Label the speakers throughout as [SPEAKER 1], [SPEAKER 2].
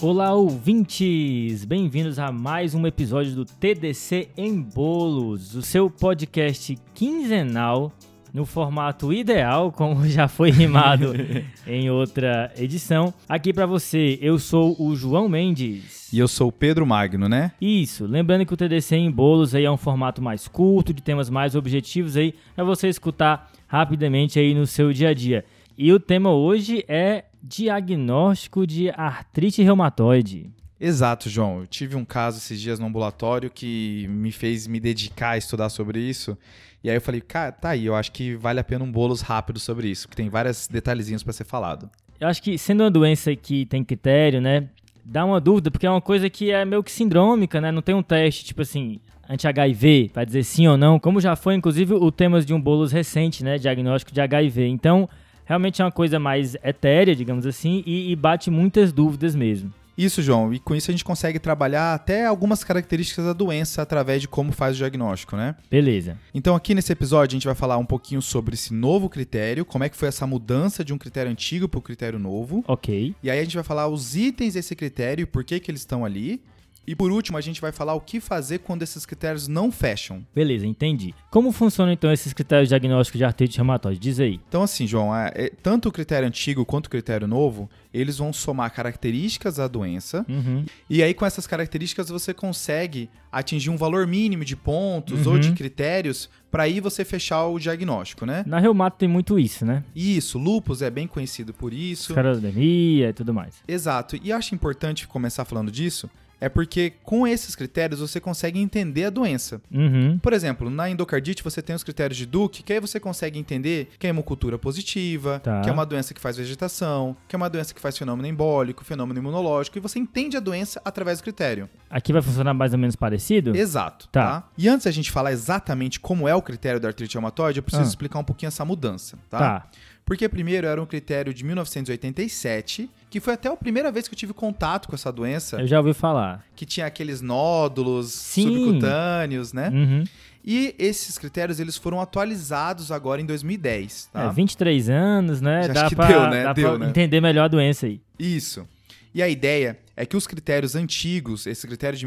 [SPEAKER 1] Olá, ouvintes! Bem-vindos a mais um episódio do TDC em Bolos, o seu podcast quinzenal no formato ideal, como já foi rimado em outra edição. Aqui pra você, eu sou o João Mendes.
[SPEAKER 2] E eu sou o Pedro Magno, né?
[SPEAKER 1] Isso, lembrando que o TDC em bolos aí é um formato mais curto, de temas mais objetivos aí, para você escutar rapidamente aí no seu dia a dia. E o tema hoje é diagnóstico de artrite reumatoide.
[SPEAKER 2] Exato, João. Eu tive um caso esses dias no ambulatório que me fez me dedicar a estudar sobre isso. E aí eu falei, cara, tá aí, eu acho que vale a pena um bolos rápido sobre isso, porque tem vários detalhezinhos pra ser falado.
[SPEAKER 1] Eu acho que sendo uma doença que tem critério, né, dá uma dúvida, porque é uma coisa que é meio que sindrômica, né, não tem um teste, tipo assim, anti-HIV, pra dizer sim ou não, como já foi, inclusive, o tema de um bolos recente, né, diagnóstico de HIV. Então, realmente é uma coisa mais etérea, digamos assim, e, e bate muitas dúvidas mesmo.
[SPEAKER 2] Isso, João, e com isso a gente consegue trabalhar até algumas características da doença através de como faz o diagnóstico, né?
[SPEAKER 1] Beleza.
[SPEAKER 2] Então, aqui nesse episódio, a gente vai falar um pouquinho sobre esse novo critério, como é que foi essa mudança de um critério antigo para o critério novo.
[SPEAKER 1] Ok.
[SPEAKER 2] E aí a gente vai falar os itens desse critério, por que, que eles estão ali. E por último, a gente vai falar o que fazer quando esses critérios não fecham.
[SPEAKER 1] Beleza, entendi. Como funcionam então esses critérios diagnósticos de artrite reumatoide? Diz aí.
[SPEAKER 2] Então, assim, João, é- é- tanto o critério antigo quanto o critério novo, eles vão somar características da doença.
[SPEAKER 1] Uhum.
[SPEAKER 2] E aí, com essas características, você consegue atingir um valor mínimo de pontos ou de
[SPEAKER 1] Uhum.
[SPEAKER 2] critérios para aí você fechar o diagnóstico, né?
[SPEAKER 1] Na reumato tem muito isso, né?
[SPEAKER 2] Isso, lupus é bem conhecido por isso.
[SPEAKER 1] Esclerodermia e tudo mais.
[SPEAKER 2] Exato. E eu acho importante começar falando disso, é porque com esses critérios você consegue entender a doença.
[SPEAKER 1] Uhum.
[SPEAKER 2] Por exemplo, na endocardite você tem os critérios de Duke, que aí você consegue entender que é hemocultura positiva,
[SPEAKER 1] Tá.
[SPEAKER 2] que é uma doença que faz vegetação, que é uma doença que faz fenômeno embólico, fenômeno imunológico, e você entende a doença através do critério.
[SPEAKER 1] Aqui vai funcionar mais ou menos parecido?
[SPEAKER 2] Exato.
[SPEAKER 1] Tá.
[SPEAKER 2] Tá. E antes da gente falar exatamente como é o critério da artrite reumatoide, eu preciso
[SPEAKER 1] Ah.
[SPEAKER 2] explicar um pouquinho essa mudança, tá?
[SPEAKER 1] Tá.
[SPEAKER 2] Porque primeiro era um critério de 1987, que foi até a primeira vez que eu tive contato com essa doença,
[SPEAKER 1] Eu já ouvi falar.
[SPEAKER 2] que tinha aqueles nódulos
[SPEAKER 1] É. Sim.
[SPEAKER 2] subcutâneos, né?
[SPEAKER 1] Uhum.
[SPEAKER 2] E esses critérios eles foram atualizados agora em 2010, tá?
[SPEAKER 1] É, 23 anos, né?
[SPEAKER 2] Já
[SPEAKER 1] dá
[SPEAKER 2] acho que
[SPEAKER 1] pra,
[SPEAKER 2] deu, né?
[SPEAKER 1] dá
[SPEAKER 2] Deu,
[SPEAKER 1] pra
[SPEAKER 2] né?
[SPEAKER 1] entender melhor a doença aí.
[SPEAKER 2] Isso. E a ideia é que os critérios antigos, esse critério de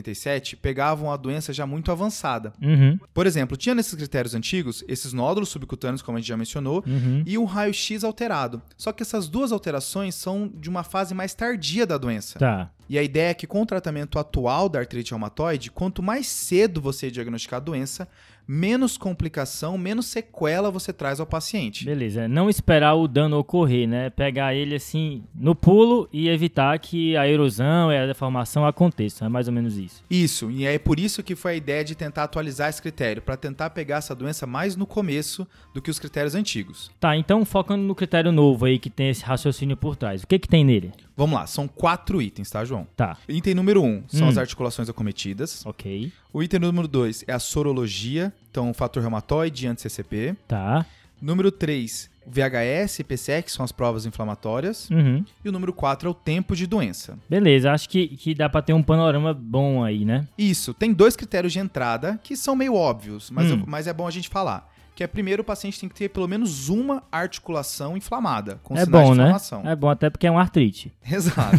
[SPEAKER 2] 1987, pegavam a doença já muito avançada.
[SPEAKER 1] Uhum.
[SPEAKER 2] Por exemplo, tinha nesses critérios antigos esses nódulos subcutâneos, como a gente já mencionou,
[SPEAKER 1] Uhum.
[SPEAKER 2] e um raio-x alterado. Só que essas duas alterações são de uma fase mais tardia da doença.
[SPEAKER 1] Tá.
[SPEAKER 2] E a ideia é que com o tratamento atual da artrite reumatoide, quanto mais cedo você diagnosticar a doença, menos complicação, menos sequela você traz ao paciente.
[SPEAKER 1] Beleza. é, Não esperar o dano ocorrer, né? Pegar ele assim no pulo e evitar que a erosão e a deformação aconteçam. É mais ou menos isso.
[SPEAKER 2] Isso, e é por isso que foi a ideia de tentar atualizar esse critério, para tentar pegar essa doença mais no começo do que os critérios antigos.
[SPEAKER 1] Tá, então focando no critério novo aí que tem esse raciocínio por trás. O que que tem nele?
[SPEAKER 2] Vamos lá, são quatro itens, tá, João?
[SPEAKER 1] Tá.
[SPEAKER 2] Item número um são
[SPEAKER 1] Hum.
[SPEAKER 2] as articulações acometidas.
[SPEAKER 1] Ok.
[SPEAKER 2] O item número dois é a sorologia, então fator reumatoide e anti-CCP.
[SPEAKER 1] Tá.
[SPEAKER 2] Número 3, VHS e PCE, que são as provas inflamatórias.
[SPEAKER 1] Uhum.
[SPEAKER 2] E o número 4 é o tempo de doença.
[SPEAKER 1] Beleza, acho que, que dá pra ter um panorama bom aí, né?
[SPEAKER 2] Isso, tem dois critérios de entrada que são meio óbvios, mas,
[SPEAKER 1] Hum.
[SPEAKER 2] mas é bom a gente falar. Que é primeiro o paciente tem que ter pelo menos uma articulação inflamada, com
[SPEAKER 1] é
[SPEAKER 2] sinais
[SPEAKER 1] bom,
[SPEAKER 2] de
[SPEAKER 1] né?
[SPEAKER 2] inflamação.
[SPEAKER 1] É bom até porque é um artrite.
[SPEAKER 2] Exato.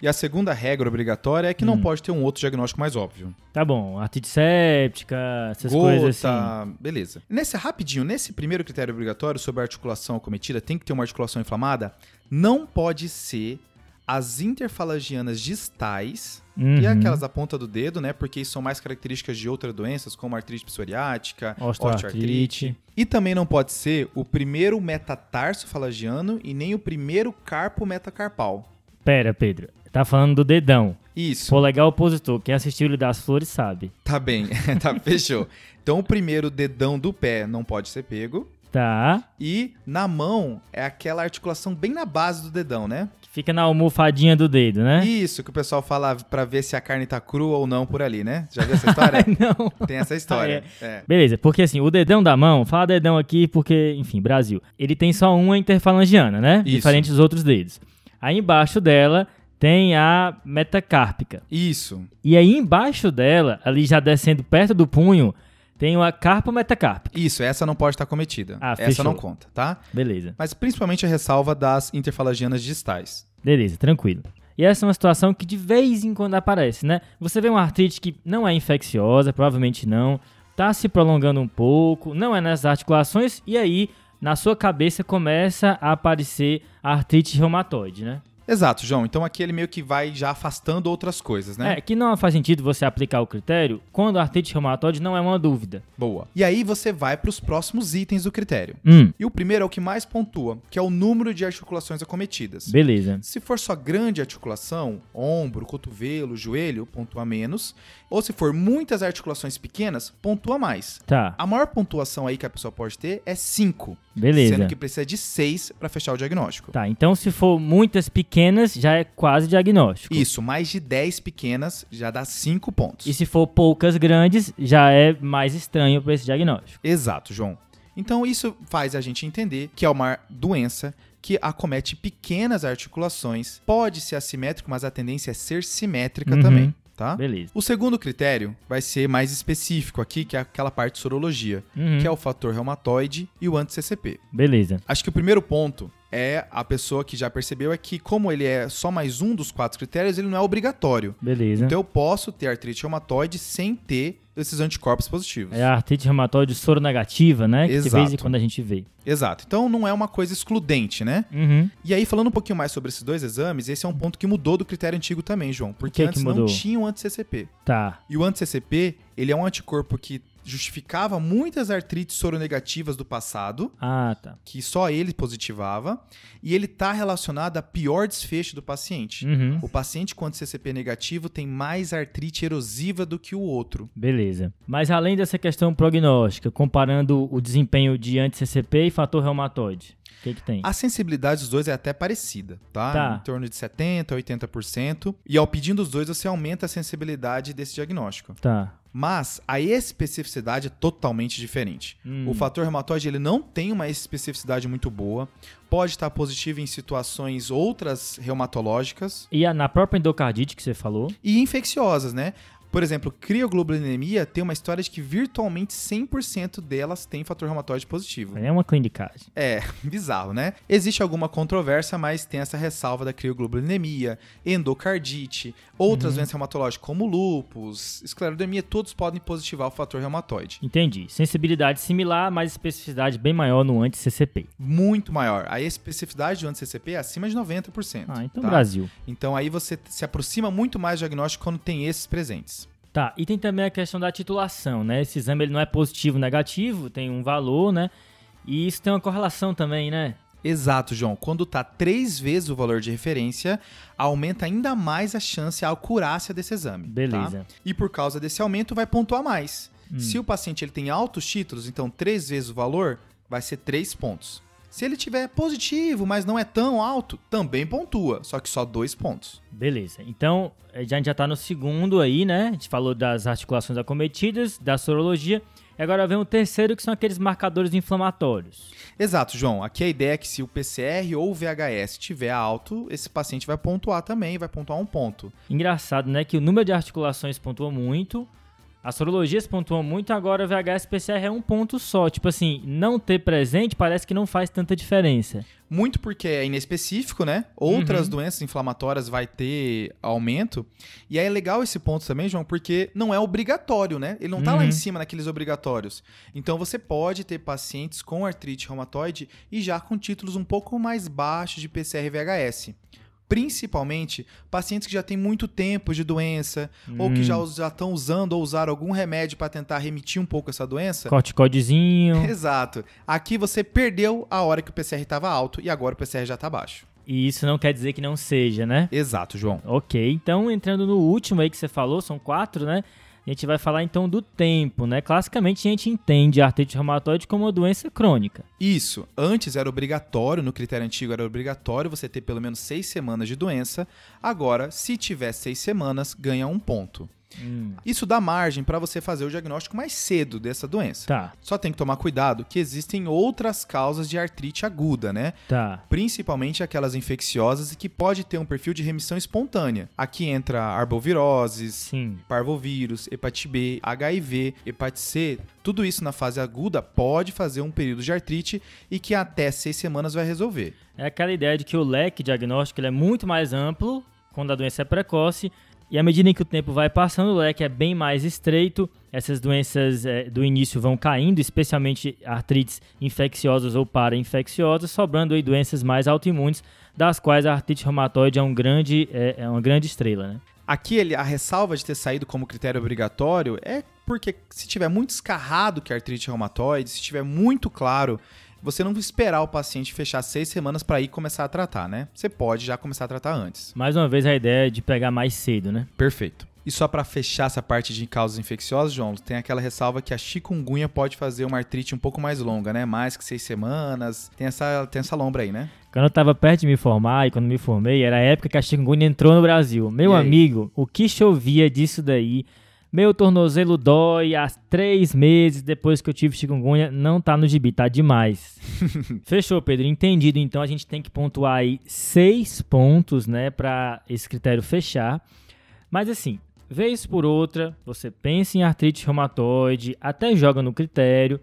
[SPEAKER 2] e a segunda regra obrigatória é que
[SPEAKER 1] Hum.
[SPEAKER 2] não pode ter um outro diagnóstico mais óbvio.
[SPEAKER 1] Tá bom, artrite séptica, essas coisas assim.
[SPEAKER 2] Gota, beleza. Nesse rapidinho, nesse primeiro critério obrigatório sobre a articulação acometida, tem que ter uma articulação inflamada, não pode ser as interfalangianas distais e
[SPEAKER 1] Uhum.
[SPEAKER 2] aquelas da ponta do dedo, né? Porque isso são mais características de outras doenças, como artrite psoriática,
[SPEAKER 1] Osteoartrite.
[SPEAKER 2] osteoartrite. E também não pode ser o primeiro metatarso falangiano e nem o primeiro carpo metacarpal.
[SPEAKER 1] Pera, Pedro. Tá falando do dedão.
[SPEAKER 2] Isso,
[SPEAKER 1] Polegar opositor. Quem assistiu o Ilha das Flores sabe.
[SPEAKER 2] tá bem, tá, fechou. Então o primeiro dedão do pé não pode ser pego.
[SPEAKER 1] Tá.
[SPEAKER 2] E na mão é aquela articulação bem na base do dedão, né?
[SPEAKER 1] Que fica na almofadinha do dedo, né?
[SPEAKER 2] Isso que o pessoal fala pra ver se a carne tá crua ou não por ali, né? Já viu essa história?
[SPEAKER 1] Não. Ah,
[SPEAKER 2] Tem essa história. É.
[SPEAKER 1] Beleza, porque assim, o dedão da mão, fala dedão aqui porque, enfim, Brasil, ele tem só uma interfalangiana, né?
[SPEAKER 2] Isso.
[SPEAKER 1] Diferente dos outros dedos. Aí embaixo dela tem a metacárpica.
[SPEAKER 2] Isso.
[SPEAKER 1] E aí embaixo dela, ali já descendo perto do punho, tem a carpo metacárpica.
[SPEAKER 2] Isso, essa não pode estar cometida.
[SPEAKER 1] Ah,
[SPEAKER 2] essa
[SPEAKER 1] fechou.
[SPEAKER 2] não conta, tá?
[SPEAKER 1] Beleza,
[SPEAKER 2] Mas principalmente a ressalva das interfalangianas distais.
[SPEAKER 1] beleza, tranquilo. E essa é uma situação que de vez em quando aparece, né? Você vê uma artrite que não é infecciosa, provavelmente não, tá se prolongando um pouco, não é nas articulações, e aí na sua cabeça começa a aparecer a artrite reumatoide, né?
[SPEAKER 2] Exato, João. Então aqui ele meio que vai já afastando outras coisas, né?
[SPEAKER 1] É, que não faz sentido você aplicar o critério quando a artrite reumatoide não é uma dúvida.
[SPEAKER 2] Boa. E aí você vai para os próximos itens do critério.
[SPEAKER 1] Hum,
[SPEAKER 2] E o primeiro é o que mais pontua, que é o número de articulações acometidas.
[SPEAKER 1] beleza.
[SPEAKER 2] se for só grande articulação, ombro, cotovelo, joelho, pontua menos. Ou se for muitas articulações pequenas, pontua mais.
[SPEAKER 1] Tá,
[SPEAKER 2] A maior pontuação aí que a pessoa pode ter é 5,
[SPEAKER 1] beleza.
[SPEAKER 2] sendo que precisa de 6 para fechar o diagnóstico.
[SPEAKER 1] Tá, então se for muitas pequenas, já é quase diagnóstico.
[SPEAKER 2] Isso, mais de 10 pequenas já dá 5 pontos.
[SPEAKER 1] E se for poucas grandes, já é mais estranho para esse diagnóstico.
[SPEAKER 2] Exato, João. Então isso faz a gente entender que é uma doença que acomete pequenas articulações, pode ser assimétrico, mas a tendência é ser simétrica
[SPEAKER 1] Uhum.
[SPEAKER 2] também, tá?
[SPEAKER 1] Beleza.
[SPEAKER 2] O segundo critério vai ser mais específico aqui, que é aquela parte de sorologia,
[SPEAKER 1] Uhum,
[SPEAKER 2] que é o fator reumatoide e o anti-CCP.
[SPEAKER 1] Beleza.
[SPEAKER 2] Acho que o primeiro ponto é a pessoa que já percebeu é que como ele é só mais um dos quatro critérios, ele não é obrigatório.
[SPEAKER 1] Beleza.
[SPEAKER 2] Então eu posso ter artrite reumatoide sem ter esses anticorpos positivos.
[SPEAKER 1] É a artrite reumatoide soronegativa, né? Que de vez em
[SPEAKER 2] Exato.
[SPEAKER 1] quando a gente vê.
[SPEAKER 2] Exato. Então não é uma coisa excludente, né?
[SPEAKER 1] Uhum.
[SPEAKER 2] E aí, falando um pouquinho mais sobre esses dois exames, esse é um ponto que mudou do critério antigo também, João. Porque
[SPEAKER 1] que que
[SPEAKER 2] antes não
[SPEAKER 1] mudou?
[SPEAKER 2] tinha o anti-CCP.
[SPEAKER 1] Tá.
[SPEAKER 2] E o anti-CCP, ele é um anticorpo que justificava muitas artrites soronegativas do passado,
[SPEAKER 1] Ah, tá.
[SPEAKER 2] que só ele positivava, e ele está relacionado a pior desfecho do paciente.
[SPEAKER 1] Uhum.
[SPEAKER 2] O paciente com anti-CCP negativo tem mais artrite erosiva do que o outro.
[SPEAKER 1] Beleza. Mas além dessa questão prognóstica, comparando o desempenho de anti-CCP e fator reumatoide, o que que tem?
[SPEAKER 2] A sensibilidade dos dois é até parecida, tá?
[SPEAKER 1] Tá.
[SPEAKER 2] Em torno de 70% a 80%. E ao pedindo os dois, você aumenta a sensibilidade desse diagnóstico.
[SPEAKER 1] Tá.
[SPEAKER 2] Mas a especificidade é totalmente diferente.
[SPEAKER 1] Hum,
[SPEAKER 2] O fator reumatoide ele não tem uma especificidade muito boa, pode estar positivo em situações outras reumatológicas
[SPEAKER 1] E a- na própria endocardite que você falou?
[SPEAKER 2] e infecciosas, né? Por exemplo, crioglobulinemia tem uma história de que virtualmente 100% delas tem fator reumatoide positivo.
[SPEAKER 1] É uma clinicagem.
[SPEAKER 2] É, bizarro, né? Existe alguma controvérsia, mas tem essa ressalva da crioglobulinemia, endocardite,
[SPEAKER 1] Uhum.
[SPEAKER 2] outras doenças reumatológicas como lúpus, esclerodermia, todos podem positivar o fator reumatoide.
[SPEAKER 1] Entendi. Sensibilidade similar, mas especificidade bem maior no anti-CCP.
[SPEAKER 2] muito maior. A especificidade do anti-CCP é acima de 90%.
[SPEAKER 1] Ah, então
[SPEAKER 2] tá?
[SPEAKER 1] Brasil.
[SPEAKER 2] Então aí você se aproxima muito mais do diagnóstico quando tem esses presentes.
[SPEAKER 1] Tá, e tem também a questão da titulação, né? Esse exame ele não é positivo negativo, tem um valor, né? E isso tem uma correlação também, né?
[SPEAKER 2] Exato, João. Quando tá três vezes o valor de referência, aumenta ainda mais a chance, a acurácia desse exame. tá?
[SPEAKER 1] Beleza.
[SPEAKER 2] E por causa desse aumento, vai pontuar mais. Se o paciente ele tem altos títulos, então três vezes o valor, vai ser três pontos. Se ele tiver positivo, mas não é tão alto, também pontua, só que só dois pontos.
[SPEAKER 1] Beleza. Então, eh, já- a gente já tá no segundo aí, né? A gente falou das articulações acometidas, da sorologia. E agora vem o terceiro, que são aqueles marcadores inflamatórios.
[SPEAKER 2] Exato, João. Aqui a ideia é que se o PCR ou o VHS tiver alto, esse paciente vai pontuar também, vai pontuar um ponto.
[SPEAKER 1] Engraçado, né? Que o número de articulações pontua muito, as sorologias pontuam muito, agora o VHS PCR é um ponto só. Tipo assim, não ter presente parece que não faz tanta diferença.
[SPEAKER 2] Muito porque é inespecífico, né? Outras
[SPEAKER 1] Uhum.
[SPEAKER 2] doenças inflamatórias vai ter aumento. E aí é legal esse ponto também, João, porque não é obrigatório, né? Ele não tá lá
[SPEAKER 1] Uhum.
[SPEAKER 2] em cima naqueles obrigatórios. Então você pode ter pacientes com artrite reumatoide e já com títulos um pouco mais baixos de PCR e VHS. Principalmente pacientes que já têm muito tempo de doença, ou que já
[SPEAKER 1] Hum,
[SPEAKER 2] estão usando ou usaram algum remédio para tentar remitir um pouco essa doença. Então-
[SPEAKER 1] Corticoidezinho.
[SPEAKER 2] Exato. Aqui você perdeu a hora que o PCR estava alto e agora o PCR já está baixo.
[SPEAKER 1] E isso não quer dizer que não seja, né?
[SPEAKER 2] Exato, João.
[SPEAKER 1] Ok, então entrando no último aí que você falou, são quatro, né? A gente vai falar então do tempo, né? Classicamente a gente entende a artrite reumatoide como uma doença crônica.
[SPEAKER 2] Isso. Antes era obrigatório, no critério antigo era obrigatório você ter pelo menos seis semanas de doença. Agora, se tiver seis semanas, ganha um ponto. Isso dá margem para você fazer o diagnóstico mais cedo dessa doença.
[SPEAKER 1] Tá,
[SPEAKER 2] Só tem que tomar cuidado que existem outras causas de artrite aguda, né?
[SPEAKER 1] tá.
[SPEAKER 2] principalmente aquelas infecciosas e que pode ter um perfil de remissão espontânea. Aqui entra arboviroses,
[SPEAKER 1] Sim.
[SPEAKER 2] parvovírus, hepatite B, HIV, hepatite C, tudo isso na fase aguda pode fazer um período de artrite e que até seis semanas vai resolver.
[SPEAKER 1] É aquela ideia de que o leque diagnóstico ele é muito mais amplo com quando a doença é precoce. E à medida em que o tempo vai passando, o leque é bem mais estreito, essas doenças é, do início vão caindo, especialmente artrites infecciosas ou parainfecciosas, sobrando aí doenças mais autoimunes, das quais a artrite reumatoide é, um grande, é, é uma grande estrela. Né?
[SPEAKER 2] Aqui ele, a ressalva de ter saído como critério obrigatório é porque se tiver muito escarrado que é artrite reumatoide, se tiver muito claro, você não vai esperar o paciente fechar seis semanas para ir começar a tratar, né? Você pode já começar a tratar antes.
[SPEAKER 1] Mais uma vez a ideia é de pegar mais cedo, né?
[SPEAKER 2] Perfeito. E só para fechar essa parte de causas infecciosas, João, tem aquela ressalva que a chikungunya pode fazer uma artrite um pouco mais longa, né? Mais que seis semanas. Tem essa, tem essa lombra aí, né?
[SPEAKER 1] Quando eu tava perto de me formar e quando me formei, era a época que a chikungunya entrou no Brasil. Meu
[SPEAKER 2] E aí?
[SPEAKER 1] amigo, o que chovia disso daí? Meu tornozelo dói há três meses depois que eu tive chikungunya. Não tá no gibi, tá demais. Fechou, Pedro. Entendido. Então a gente tem que pontuar aí seis pontos, né, pra esse critério fechar. Mas assim, vez por outra, você pensa em artrite reumatoide, até joga no critério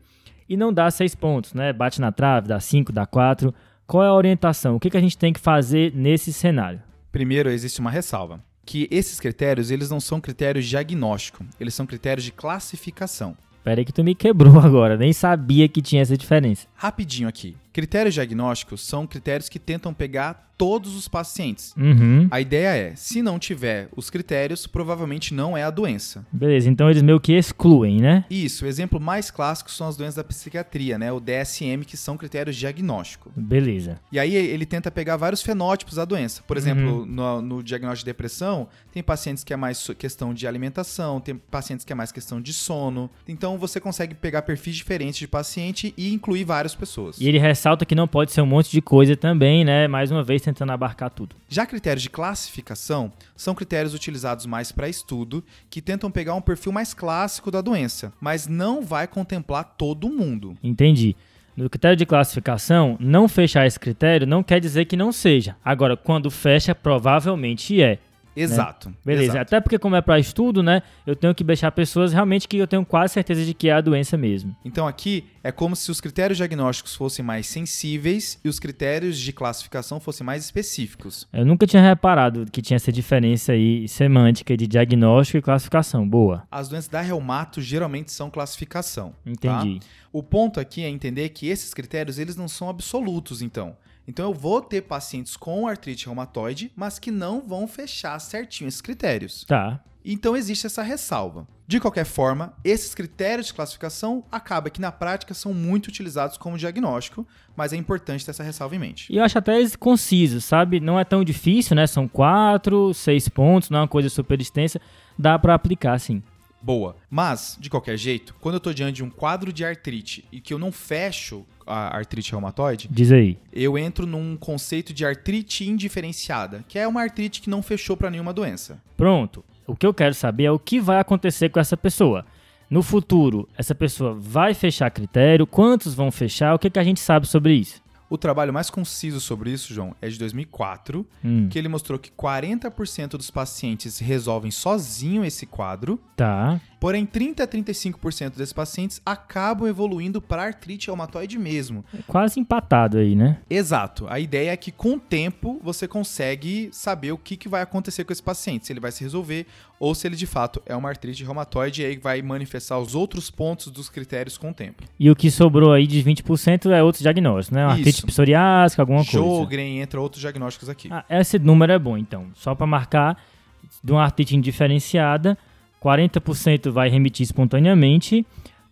[SPEAKER 1] e não dá seis pontos, né? Bate na trave, dá cinco, dá quatro. Qual é a orientação? O que, que a gente tem que fazer nesse cenário?
[SPEAKER 2] Primeiro, existe uma ressalva, que esses critérios, eles não são critérios de diagnóstico, eles são critérios de classificação.
[SPEAKER 1] Peraí que tu me quebrou agora, nem sabia que tinha essa diferença.
[SPEAKER 2] Rapidinho aqui. Critérios diagnósticos são critérios que tentam pegar todos os pacientes.
[SPEAKER 1] Uhum.
[SPEAKER 2] A ideia é, se não tiver os critérios, provavelmente não é a doença.
[SPEAKER 1] Beleza, então eles meio que excluem, né?
[SPEAKER 2] Isso, o exemplo mais clássico são as doenças da psiquiatria, né? O DSM, que são critérios diagnóstico.
[SPEAKER 1] Beleza.
[SPEAKER 2] E aí ele tenta pegar vários fenótipos da doença.
[SPEAKER 1] Uhum.
[SPEAKER 2] Por exemplo, no, no diagnóstico de depressão, tem pacientes que é mais so- questão de alimentação, tem pacientes que é mais questão de sono. Então você consegue pegar perfis diferentes de paciente e incluir várias pessoas.
[SPEAKER 1] E ele ressalta que não pode ser um monte de coisa também, né? Mais uma vez tentando abarcar tudo.
[SPEAKER 2] Já critérios de classificação são critérios utilizados mais para estudo, que tentam pegar um perfil mais clássico da doença, mas não vai contemplar todo mundo.
[SPEAKER 1] Entendi. No critério de classificação, não fechar esse critério não quer dizer que não seja. Agora, quando fecha, provavelmente é.
[SPEAKER 2] Exato.
[SPEAKER 1] Beleza.
[SPEAKER 2] exato.
[SPEAKER 1] Até porque, como é para estudo, né? Eu tenho que deixar pessoas realmente que eu tenho quase certeza de que é a doença mesmo.
[SPEAKER 2] Então aqui é como se os critérios diagnósticos fossem mais sensíveis e os critérios de classificação fossem mais específicos.
[SPEAKER 1] Eu nunca tinha reparado que tinha essa diferença aí semântica de diagnóstico e classificação. Boa.
[SPEAKER 2] As doenças da reumato geralmente são classificação. tá?
[SPEAKER 1] Entendi.
[SPEAKER 2] O ponto aqui é entender que esses critérios eles não são absolutos, então. Então eu vou ter pacientes com artrite reumatoide, mas que não vão fechar certinho esses critérios.
[SPEAKER 1] Tá.
[SPEAKER 2] Então existe essa ressalva. De qualquer forma, esses critérios de classificação acaba que na prática são muito utilizados como diagnóstico, mas é importante ter essa ressalva em mente.
[SPEAKER 1] E eu acho até esse conciso, sabe? Não é tão difícil, né? São quatro, seis pontos, não é uma coisa super extensa. Dá pra aplicar, sim.
[SPEAKER 2] Boa. Mas, de qualquer jeito, quando eu tô diante de um quadro de artrite e que eu não fecho a artrite reumatoide,
[SPEAKER 1] Diz aí.
[SPEAKER 2] eu entro num conceito de artrite indiferenciada, que é uma artrite que não fechou para nenhuma doença.
[SPEAKER 1] Pronto. O que eu quero saber é o que vai acontecer com essa pessoa. No futuro, essa pessoa vai fechar critério? Quantos vão fechar? O que, que a gente sabe sobre isso?
[SPEAKER 2] O trabalho mais conciso sobre isso, João, é de 2004,
[SPEAKER 1] Hum,
[SPEAKER 2] que ele mostrou que 40% dos pacientes resolvem sozinho esse quadro,
[SPEAKER 1] tá.
[SPEAKER 2] porém 30 a 35% desses pacientes acabam evoluindo para artrite reumatoide mesmo.
[SPEAKER 1] É Quase empatado aí, né?
[SPEAKER 2] Exato. A ideia é que com o tempo você consegue saber o que, que vai acontecer com esse paciente, se ele vai se resolver ou se ele de fato é uma artrite reumatoide e aí vai manifestar os outros pontos dos critérios com o tempo.
[SPEAKER 1] E o que sobrou aí de 20% é outro diagnóstico, né? Uma
[SPEAKER 2] Isso.
[SPEAKER 1] artrite psoriásica, alguma coisa.
[SPEAKER 2] Sjogren, entre outros diagnósticos aqui.
[SPEAKER 1] Ah, esse número é bom, então. Só para marcar, de uma artrite indiferenciada, 40% vai remitir espontaneamente,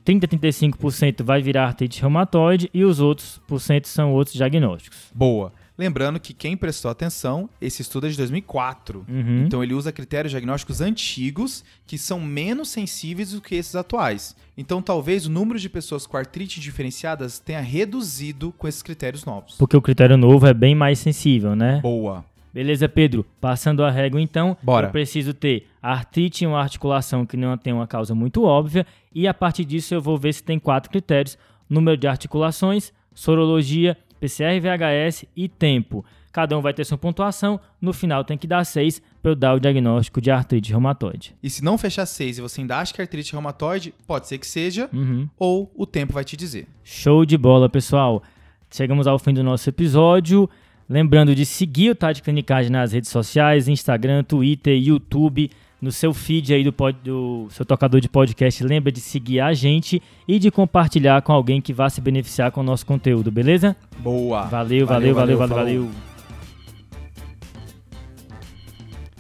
[SPEAKER 1] 30 a 35% vai virar artrite reumatoide e os outros por cento são outros diagnósticos.
[SPEAKER 2] Boa. Lembrando que quem prestou atenção, esse estudo é de 2004.
[SPEAKER 1] Uhum.
[SPEAKER 2] Então ele usa critérios diagnósticos antigos que são menos sensíveis do que esses atuais. Então talvez o número de pessoas com artrite diferenciadas tenha reduzido com esses critérios novos.
[SPEAKER 1] Porque o critério novo é bem mais sensível, né?
[SPEAKER 2] Boa.
[SPEAKER 1] Beleza, Pedro. Passando a régua, então,
[SPEAKER 2] Bora.
[SPEAKER 1] eu preciso ter artrite em uma articulação que não tem uma causa muito óbvia, e a partir disso eu vou ver se tem quatro critérios: número de articulações, sorologia, PCR VHS e tempo. Cada um vai ter sua pontuação, no final tem que dar seis para eu dar o diagnóstico de artrite reumatoide.
[SPEAKER 2] E se não fechar 6 e você ainda acha que é artrite reumatoide, pode ser que seja,
[SPEAKER 1] Uhum.
[SPEAKER 2] ou o tempo vai te dizer.
[SPEAKER 1] Show de bola, pessoal. Chegamos ao fim do nosso episódio. Lembrando de seguir o Tática Clinicagem nas redes sociais, Instagram, Twitter, YouTube, no seu feed aí do, pod- do seu tocador de podcast. Lembra de seguir a gente e de compartilhar com alguém que vá se beneficiar com o nosso conteúdo, beleza?
[SPEAKER 2] Boa!
[SPEAKER 1] Valeu, valeu, valeu,
[SPEAKER 2] valeu,
[SPEAKER 1] valeu,
[SPEAKER 2] falou.
[SPEAKER 1] valeu.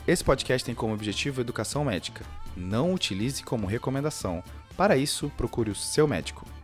[SPEAKER 2] Esse podcast tem como objetivo educação médica. Não utilize como recomendação. Para isso, procure o seu médico.